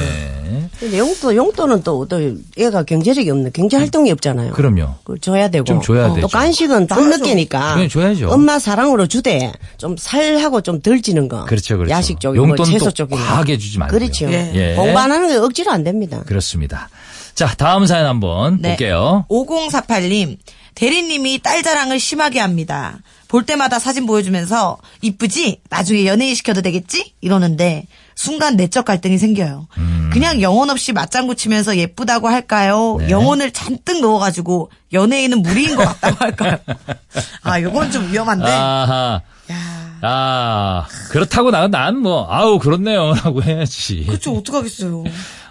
S5: 근데 용돈, 용돈은 또, 또, 애가 경제력이 없는, 경제 활동이 없잖아요.
S3: 어. 그럼요.
S5: 그걸 줘야 되고. 어.
S3: 좀 줘야 되죠.
S5: 또 간식은 좀 늦게니까.
S3: 그냥 줘야죠.
S5: 엄마 사랑으로 주되, 좀 살하고 좀 덜 찌는 거.
S3: 그렇죠, 그렇죠.
S5: 야식 쪽이고, 뭐
S3: 용돈은
S5: 채소
S3: 또
S5: 쪽이고.
S3: 과하게 주지 말고요.
S5: 그렇죠.
S3: 예. 예.
S5: 공부 안 하는 게 억지로 안 됩니다.
S3: 그렇습니다. 자, 다음 사연 한번
S4: 네.
S3: 볼게요.
S4: 5048님, 대리님이 딸 자랑을 심하게 합니다. 볼 때마다 사진 보여주면서, 이쁘지? 나중에 연예인 시켜도 되겠지? 이러는데, 순간 내적 갈등이 생겨요.
S3: 음.
S4: 그냥 영혼 없이 맞장구 치면서 예쁘다고 할까요?
S3: 네.
S4: 영혼을 잔뜩 넣어가지고, 연예인은 무리인 것 같다고 할까요? 아, 요건 좀 위험한데.
S5: 네.
S3: 아하.
S4: 야.
S3: 아, 그렇다고 나, 난 뭐, 아우, 그렇네요. 라고 해야지.
S4: 그쵸, 어떡하겠어요.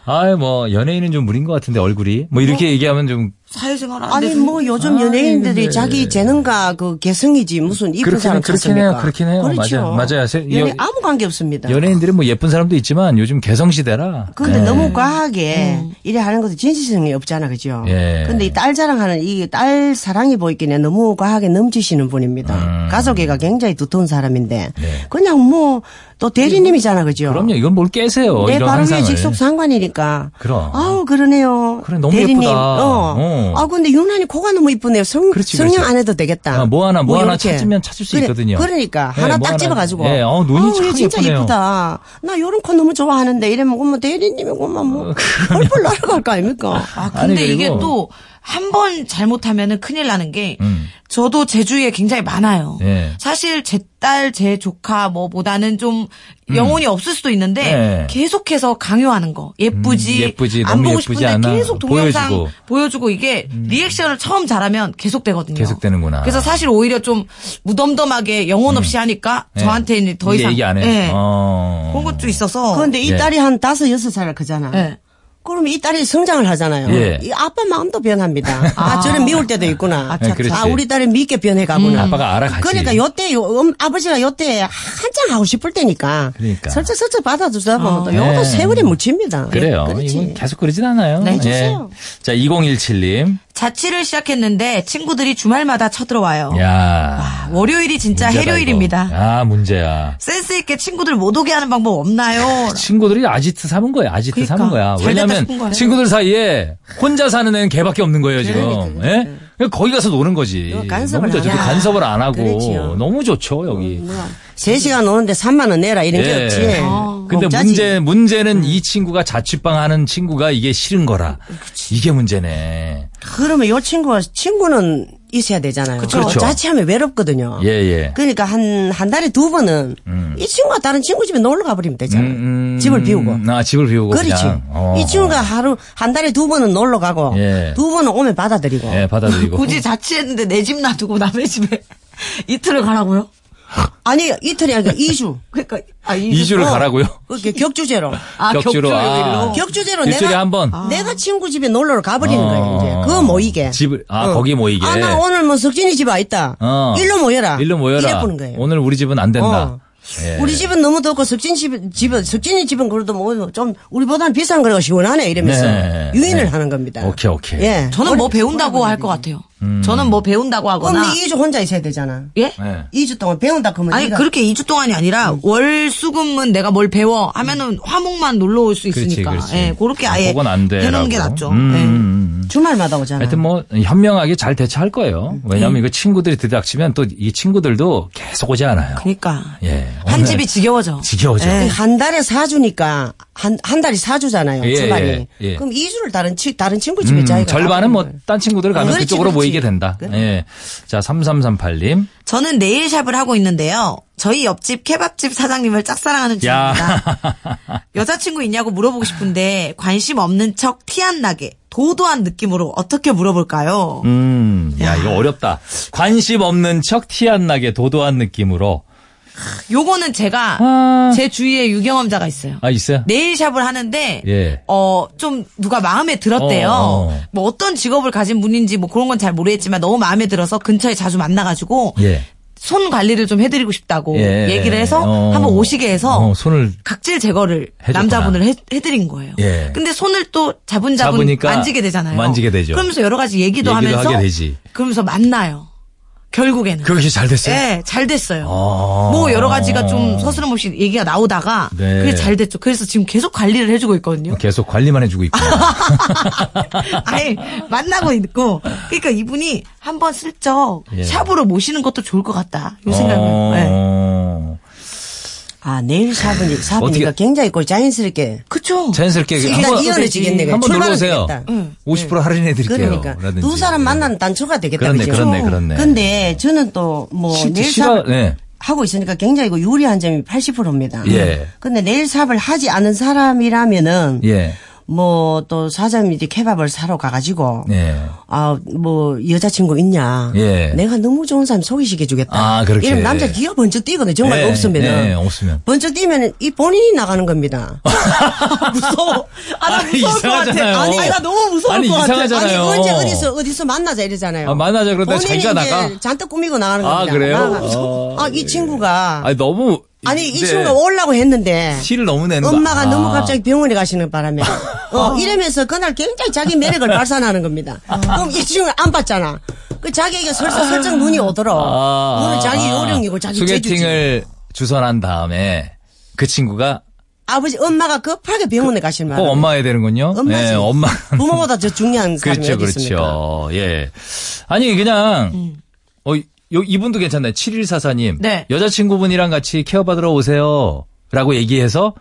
S3: 아이, 뭐, 연예인은 좀 무린 것 같은데, 얼굴이. 뭐, 이렇게 얘기하면 좀.
S4: 사회생활 안
S5: 아니
S4: 되는
S5: 뭐 요즘
S3: 아이,
S5: 연예인들이
S3: 네.
S5: 자기 재능과 그 개성이지 무슨 이쁜
S3: 그렇긴-
S5: 사람
S3: 그렇긴
S5: 찾습니까?
S3: 해요, 그렇긴 해요.
S5: 그렇죠.
S3: 맞아요, 맞아요. 세-
S5: 연예
S3: 여-
S5: 아무 관계 없습니다.
S3: 연예인들은 뭐, 예쁜 사람도 있지만, 요즘 개성시대라. 네.
S5: 그런데 너무 과하게 이래 하는 것도 진실성이 없잖아, 그죠?
S3: 예.
S5: 그런데 이 딸 자랑하는 이 딸 사랑이 보이기에 너무 과하게 넘치시는 분입니다.
S3: 음.
S5: 가족애가 굉장히 두터운 사람인데 그냥 뭐 또 대리님이잖아, 그죠?
S3: 네. 그럼요. 이건 뭘 깨세요.
S5: 내
S3: 이런
S5: 바람에
S3: 상상을.
S5: 직속 상관이니까.
S3: 그럼.
S5: 아우 그러네요.
S3: 어. 그래, 너무
S5: 대리님.
S3: 예쁘다. 어.
S5: 어. 아 근데 유난히 코가 너무 이쁘네요. 성,
S3: 그렇지,
S5: 성형
S3: 그렇지.
S5: 안 해도 되겠다.
S3: 아, 뭐 하나, 뭐 하나
S5: 이렇게.
S3: 찾으면 찾을 수
S5: 그래,
S3: 있거든요.
S5: 그러니까
S3: 예,
S5: 하나
S3: 뭐
S5: 딱
S3: 하나.
S5: 집어가지고.
S3: 예, 어, 눈이
S5: 아우,
S3: 참
S5: 얘 진짜
S3: 예쁘네요.
S5: 이쁘다. 나 요런 코 너무
S3: 어,
S5: 좋아하는데 이러면 그러면 대리님이고만 뭐 펄펄 뭐 날아갈 거 아닙니까?
S4: 아,
S3: 아니,
S4: 근데
S3: 그리고-
S4: 이게 또 한 번 잘못하면은 큰일 나는 게
S3: 음.
S4: 저도 제 주위에 굉장히 많아요.
S3: 예.
S4: 사실 제 딸, 제 조카 뭐보다는 좀 영혼이 없을 수도 있는데
S3: 음. 예.
S4: 계속해서 강요하는 거 예쁘지,
S3: 음, 예쁘지,
S4: 안
S3: 너무
S4: 보고
S3: 예쁘지
S4: 싶은데
S3: 않아.
S4: 계속 동영상
S3: 보여주고.
S4: 보여주고. 이게 리액션을 처음 잘하면 계속 되거든요.
S3: 계속되는구나.
S4: 그래서 사실 오히려 좀 무덤덤하게 영혼 없이 하니까
S3: 예.
S4: 저한테 이제 더
S3: 이제
S4: 이상
S3: 얘기 안 해.
S5: 네.
S4: 예.
S3: 어.
S4: 그런 것도 있어서
S5: 그런데 아, 이
S3: 예.
S5: 딸이 한 다섯, 여섯 살 크잖아.
S4: 예.
S5: 그럼 이 딸이 성장을 하잖아요.
S3: 예.
S5: 이 아빠 마음도 변합니다. 아, 저는 미울 때도 있구나. 아,
S3: 네, 그렇지. 음.
S5: 우리 딸이 미게 변해가구나.
S3: 아빠가 알아가지.
S5: 그러니까 요때 요- 음, 아버지가 요때 한창 하고 싶을 때니까.
S3: 그러니까.
S5: 슬쩍 슬쩍 받아주다 보면 또
S3: 네.
S5: 요도 세월이 묻힙니다.
S3: 그래요.
S5: 예, 그렇지.
S3: 이건 계속 그러진 않아요. 예.
S5: 네, 주세요.
S3: 자, 2017님.
S4: 자취를 시작했는데 친구들이 주말마다 쳐들어와요.
S3: 야.
S4: 월요일이 진짜
S3: 문제다,
S4: 해료일입니다.
S3: 이거. 아, 문제야.
S4: 센스 있게 친구들 못 오게 하는 방법 없나요?
S3: 친구들이 아지트 삼은 거야. 아지트
S4: 그러니까.
S3: 삼은 거야.
S4: 잘 됐다
S3: 왜냐면
S4: 싶은 거야.
S3: 친구들 사이에 혼자 사는 애는 걔밖에 없는 거예요, 지금. 예? 그러니까 거기 가서 노는 거지.
S5: 그거 간섭을
S3: 너무 좋죠.
S5: 안
S3: 그
S5: 하고.
S3: 간섭을 안 하고.
S5: 그렇지요. 뭐,
S3: 너무 좋죠, 여기.
S5: 세시간 오는데 3만원 내라 이런 게 없지. 어,
S3: 예. 근데
S5: 공짜지. 음.
S3: 문제 문제는 이 친구가 자취방 하는 친구가 이게 싫은 거라. 이게 문제네.
S5: 그러면 요 친구가 친구는 있어야 되잖아요.
S3: 그렇죠.
S5: 자취하면 외롭거든요.
S3: 예, 예.
S5: 그러니까 한, 한 달에 두 번은 이 친구가 다른 친구 집에 놀러 가버리면 되잖아요.
S3: 음, 음,
S5: 집을 비우고.
S3: 아, 집을 비우고
S5: 그렇지.
S3: 냥 어,
S5: 이 친구가 하루, 한 달에 두 번은 놀러 가고,
S3: 예.
S5: 두 번은 오면 받아들이고.
S3: 예, 받아들이고.
S4: 굳이 자취했는데 내 집 놔두고 남의 집에 이틀을 가라고요?
S5: 아니, 이틀이 아니라 2주.
S4: 그러니까 아,
S3: 이주를
S5: 어.
S3: 가라고요?
S5: 그렇게 격주제로.
S4: 아,
S3: 격주로,
S4: 격주로
S3: 아.
S5: 격주제로
S3: 일주일에
S5: 내가, 아.
S3: 한 번.
S5: 내가 친구 집에 놀러 가버리는 거예요,
S3: 어.
S5: 이제. 그거 모이게.
S3: 집을- 아,
S5: 어.
S3: 거기 모이게.
S5: 아, 나 오늘 뭐 석진이 집에 와 있다.
S3: 어.
S5: 일로 모여라.
S3: 일로 모여라.
S5: 이래 보는 거예요.
S3: 오늘 예. 우리 집은 안 된다.
S5: 어. 우리 집은 너무 덥고 석진 집, 집은 석진이 집은 그래도 뭐 좀 우리보다는 비싼 거라고 시원하네 이러면서
S3: 네.
S5: 유인을
S3: 네.
S5: 하는 겁니다.
S3: 오케이, 오케이.
S5: 예.
S4: 저는 뭐 배운다고 할 것 같아요.
S3: 음.
S4: 저는 뭐 배운다고 하거나
S5: 그럼 네 이 2주 혼자 있어야 되잖아.
S4: 예?
S3: 예.
S5: 2주 동안 배운다 그러면
S4: 아니
S5: 네가
S4: 그렇게 2주 동안이 아니라 월 수금은 내가 뭘 배워 하면은 화목만 놀러 올 수 있으니까
S3: 음. 그렇지, 그렇지.
S4: 예, 그렇게 아예
S3: 그건 안 돼.
S4: 해놓은 게
S3: 라고.
S4: 낫죠.
S3: 음,
S4: 예.
S3: 음, 음.
S5: 주말마다 오잖아.
S3: 하여튼 뭐 현명하게 잘 대처할 거예요. 왜냐하면 이거 친구들이 들이닥치면 또 이 친구들도 계속 오지 않아요.
S4: 그러니까
S3: 예.
S4: 한
S3: 오늘
S4: 집이 지겨워져.
S3: 지겨워져.
S4: 예.
S5: 네. 한 달에 4주니까 한, 한 달이 4주잖아요.
S3: 예,
S5: 주말이.
S3: 예, 예.
S5: 그럼 2주를 다른, 치, 다른 친구
S3: 음,
S5: 집에 자기가.
S3: 절반은 뭐 딴 친구들 가면
S5: 그렇지,
S3: 그쪽으로
S5: 그렇지.
S3: 모이게 된다.
S5: 그래.
S3: 예. 자, 3338님.
S4: 저는 네일샵을 하고 있는데요. 저희 옆집 케밥집 사장님을 짝사랑하는
S3: 야.
S4: 중입니다. 여자친구 있냐고 물어보고 싶은데 관심 없는 척 티 안 나게 도도한 느낌으로 어떻게 물어볼까요?
S3: 음. 야, 이거 어렵다. 관심 없는 척 티 안 나게 도도한 느낌으로.
S4: 요거는 제가
S3: 아.
S4: 제 주위에 유경험자가 있어요.
S3: 아, 있어요?
S4: 네일샵을 하는데
S3: 예.
S4: 어 좀 누가 마음에 들었대요.
S3: 어, 어.
S4: 뭐 어떤 직업을 가진 분인지 뭐 그런 건 잘 모르겠지만 너무 마음에 들어서 근처에 자주 만나가지고
S3: 예.
S4: 손 관리를 좀 해드리고 싶다고
S3: 예.
S4: 네. 얘기를 해서
S3: 어.
S4: 한번 오시게 해서
S3: 어, 손을
S4: 각질 제거를
S3: 해줬구나.
S4: 남자분을 해, 해드린 거예요.
S3: 예.
S4: 근데 손을 또 자분자분
S3: 잡으니까
S4: 만지게 되잖아요.
S3: 만지게 되죠.
S4: 그러면서 여러 가지 얘기도,
S3: 얘기도
S4: 하면서
S3: 하게 되지.
S4: 그러면서 만나요. 결국에는.
S3: 그렇게 잘 됐어요?
S4: 예, 잘 됐어요.
S3: 아.
S4: 뭐 여러 가지가 좀 서스럼없이 얘기가 나오다가
S3: 네.
S4: 그게 잘 됐죠. 그래서 지금 계속 관리를 해주고 있거든요.
S3: 계속 관리만 해주고 있고.
S4: 아니 만나고 있고 그러니까 이분이 한번 슬쩍
S3: 예.
S4: 샵으로 모시는 것도 좋을 것 같다. 요 생각을. 예.
S3: 어.
S5: 아, 내일 샵은, 샵이니까
S3: 어떻게-
S5: 굉장히 꼴 자연스럽게.
S4: 그쵸?
S3: 자연스럽게
S5: 일단
S3: 한번
S5: 이어내지겠네, 그냥.
S3: 한번 놀러
S5: 출발은
S3: 오세요.
S5: 되겠다.
S3: 50% 할인해 드릴게요. 예.
S5: 그러니까. 두 사람 만나는 단초가 되겠다.
S3: 그렇네,
S5: 그죠?
S3: 그렇네, 그렇네.
S5: 근데 저는 또 뭐,
S3: 진짜
S5: 내일
S3: 시간-
S5: 샵
S3: 네.
S5: 하고 있으니까 굉장히 그 유리한 점이 80%입니다.
S3: 예.
S5: 근데 내일 샵을 하지 않은 사람이라면은.
S3: 예.
S5: 뭐 또 사장님이 이제 케밥을 사러 가가지고
S3: 예.
S5: 아 뭐 여자친구 있냐
S3: 예.
S5: 내가 너무 좋은 사람 소개시켜 주겠다
S3: 아, 그렇게.
S5: 이러면 남자 기가 번쩍 뛰거든 정말
S3: 예,
S5: 없으면은
S3: 예, 없으면.
S5: 번쩍 뛰면은 이 본인이 나가는 겁니다
S4: 무서워. 아, 나
S3: 아니,
S4: 무서울 것
S3: 이상하잖아요.
S4: 같아. 아니, 나 너무 무서울
S3: 아니,
S4: 것 같아.
S5: 아니
S3: 이상하잖아요.
S5: 언제 어디서 어디서 만나자 이러잖아요
S3: 아, 만나자 그러다
S5: 본인이
S3: 자기가
S5: 이제
S3: 나가?
S5: 잔뜩 꾸미고 나가는
S3: 아,
S5: 겁니다
S3: 그래요? 어,
S5: 아이 친구가
S3: 아니, 너무.
S5: 아니 이
S3: 근데
S5: 친구가 오려고 했는데
S3: 티를 너무 내는 거야.
S5: 엄마가
S3: 아.
S5: 너무 갑자기 병원에 가시는 바람에 어, 이러면서 그날 굉장히 자기 매력을 발산하는 겁니다.
S3: 아.
S5: 그럼 이 친구 안 봤잖아. 그 자기에게 설사 설정 눈이 오더라.
S3: 아,
S5: 눈은 자기
S3: 아,
S5: 요령이고 자기 재주지.
S3: 소개팅을 주선한 다음에 그 친구가
S5: 아버지 엄마가 급하게 병원에 가시는
S3: 꼭
S5: 바람에
S3: 그 엄마야 되는군요.
S5: 엄마지.
S3: 예, 엄마.
S5: 부모보다 더 중요한 사람이
S3: 그렇죠,
S5: 어디 있습니까?
S3: 그렇죠.
S5: 음.
S3: 예. 아니 그냥 어 이- 요, 이분도 괜찮네. 7144님.
S4: 네.
S3: 여자친구분이랑 같이 케어받으러 오세요. 라고 얘기해서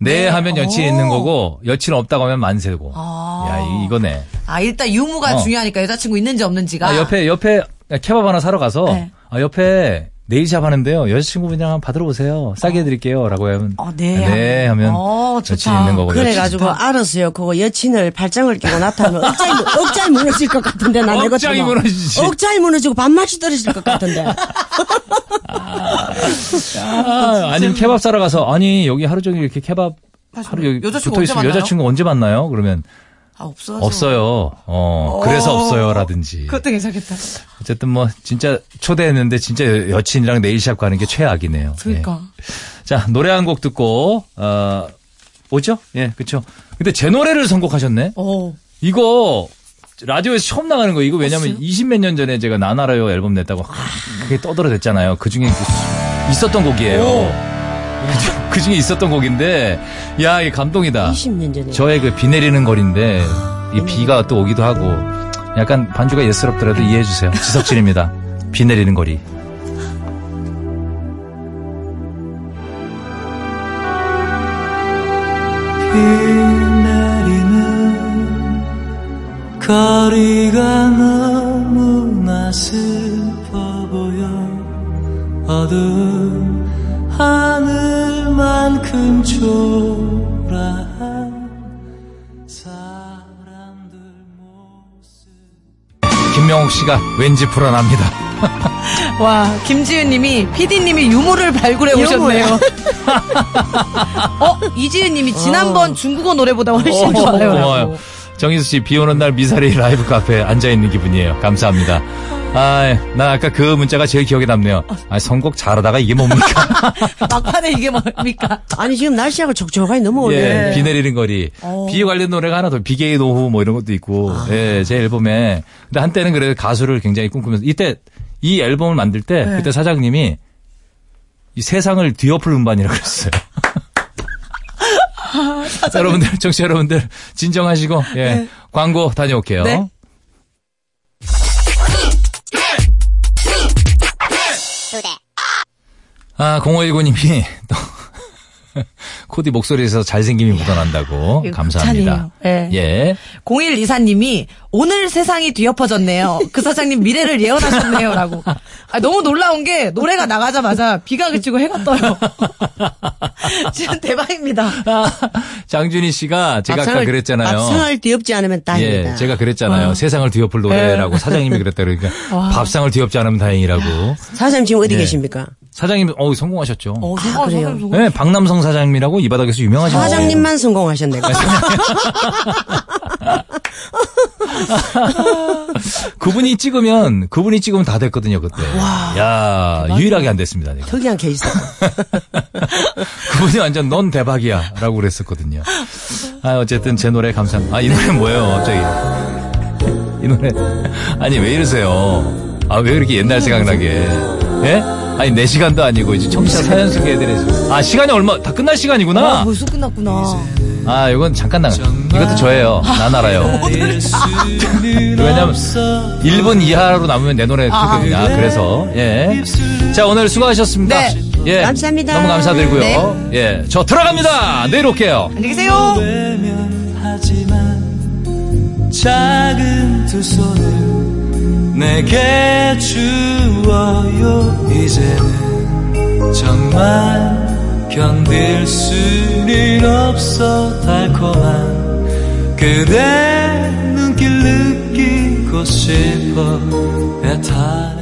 S3: 네 하면 여친 있는 거고 여친 없다고 하면 만세고.
S4: 아.
S3: 야 이- 이거네.
S4: 아, 일단 유무가
S3: 어.
S4: 중요하니까 여자친구 있는지 없는지가.
S3: 아, 옆에 옆에 케밥 하나 사러 가서
S4: 네.
S3: 아, 옆에 네일샵 하는데요. 여자친구 그냥 받으러 오세요. 싸게 해드릴게요. 라고 하면 아,
S4: 어, 네.
S3: 하면
S4: 어, 좋다.
S3: 여친 있는 거고.
S5: 그래가지고 알았어요. 그거 여친을 발장을 끼고 나타나면 억장이, 무- 억장이 무너질 것 같은데 나 내가
S3: 억장이
S5: 들어.
S3: 무너지지.
S5: 억장이 무너지고 밥맛이 떨어질 것 같은데.
S4: 어,
S3: 아, 아니면 케밥 사러 가서 아니 여기 하루 종일 이렇게 케밥 하루 여기 붙어
S4: 여자친구 언제
S3: 있으면
S4: 만나요?
S3: 여자친구 언제 만나요? 그러면
S4: 아, 없어.
S3: 없어요. 어, 그래서 없어요라든지.
S4: 그것도 괜찮겠다.
S3: 어쨌든 뭐 진짜 초대했는데 진짜 여- 여친이랑 네일샵 가는 게 최악이네요.
S4: 그러니까.
S3: 예. 자 노래 한 곡 듣고 어 오죠? 예, 그렇죠. 근데 제 노래를 선곡하셨네.
S4: 어.
S3: 이거 라디오에서 처음 나가는 거 이거 왜냐면
S4: 없어요?
S3: 20 몇 년 전에 제가 나나라요 앨범 냈다고 그게 떠들어댔잖아요. 그 중에 있었던 곡이에요. 그 중에 있었던 곡인데 야 이게 감동이다.
S5: 20년 전에.
S3: 저의 그 비 내리는 거리인데 이
S4: 음.
S3: 비가 또 오기도 하고 약간 반주가 예스럽더라도 이해해 주세요. 지석진입니다. 비 내리는 거리.
S7: 거리가 너무나 슬퍼 보여 어두운 하늘만큼 초라한 사람들 모습
S3: 김명옥 씨가 왠지 불안합니다.
S4: 와, 김지은 님이, 피디님이 유무를 발굴해 오셨네요. 어, 이지은 님이 지난번 중국어 노래보다 훨씬 좋아요.
S3: 고마워요. 정희수 씨, 비 오는 날 미사리 라이브 카페에 앉아있는 기분이에요. 감사합니다. 아, 나 아까 그 문자가 제일 기억에 남네요. 아, 선곡 잘하다가 이게 뭡니까?
S4: 막판에 이게 뭡니까?
S5: 아니 지금 날씨하고 촉촉하게 넘어오네.
S3: 예, 비 내리는 거리.
S4: 어.
S3: 비 관련 노래가 하나 더, 비계의 노후 뭐 이런 것도 있고,
S4: 아.
S3: 예, 제 앨범에. 근데 한때는 그래도 가수를 굉장히 꿈꾸면서, 이때, 이 앨범을 만들 때,
S4: 네.
S3: 그때 사장님이 이 세상을 뒤엎을 음반이라고 그랬어요. 여러분들, 청취 자 여러분들, 진정하시고, 예, 광고 다녀올게요.
S4: 네.
S3: 아, 0519님이 또 코디 목소리에서 잘생김이 묻어난다고
S4: 이거
S3: 감사합니다.
S4: 극찬이에요. 예.
S3: 예.
S4: 01 이사님이 오늘 세상이 뒤엎어졌네요. 그 사장님 미래를 예언하셨네요라고. 아, 너무 놀라운 게 노래가 나가자마자 비가 그치고 해가 떠요. 진짜 대박입니다.
S3: 아, 장준희 씨가 제가 아까
S5: 밥상을-
S3: 그랬잖아요.
S5: 밥상을 뒤엎지 않으면 다행이다.
S3: 예, 제가 그랬잖아요. 세상을 뒤엎을
S4: 예.
S3: 노래라고 사장님이 그랬다 그러니까 밥상을 뒤엎지 않으면 다행이라고.
S5: 사장님 지금 어디
S3: 예.
S5: 계십니까?
S3: 사장님, 어우 성공하셨죠.
S4: 어,
S5: 아, 그래요?
S3: 네, 박남성 사장님이라고 이 바닥에서 유명하신
S5: 사장님만 성공하셨네. 아,
S3: 분이에요. 그분이 찍으면 그분이 찍으면 다 됐거든요 그때. 야 유일하게 안 됐습니다. 내가.
S5: 특이한 케이스.
S3: 그분이 완전 넌 대박이야라고 그랬었거든요. 아 어쨌든 제 노래 감사합니다. 아이 노래 뭐예요 갑자기? 이 노래 아니 왜 이러세요? 아 왜 이렇게 옛날 생각나게? 예? 아니 내 시간도 아니고 이제 청취자 사연 소개해드려야지. 아 시간이 얼마 다 끝날 시간이구나.
S5: 뭐.
S4: 아, 벌써 끝났구나.
S3: 아, 이건 잠깐 나가. 이것도 저예요. 난 알아요.
S4: 어, 네.
S3: 네, 왜냐면 1분 이하로 남으면 내 노래 듣거든요.
S5: 네.
S3: 아, 그래서 예. 자, 오늘 수고하셨습니다.
S4: 네.
S3: 예.
S5: 감사합니다. 네.
S3: 너무 감사드리고요. 예. 저 들어갑니다. 내일 올게요.
S4: 안녕히 계세요.
S7: 외면하지만 작은 두 손을 내게 주어요 이제는 정말 견딜 수는 없어 달콤한 그대 눈길 느끼고 싶어 애타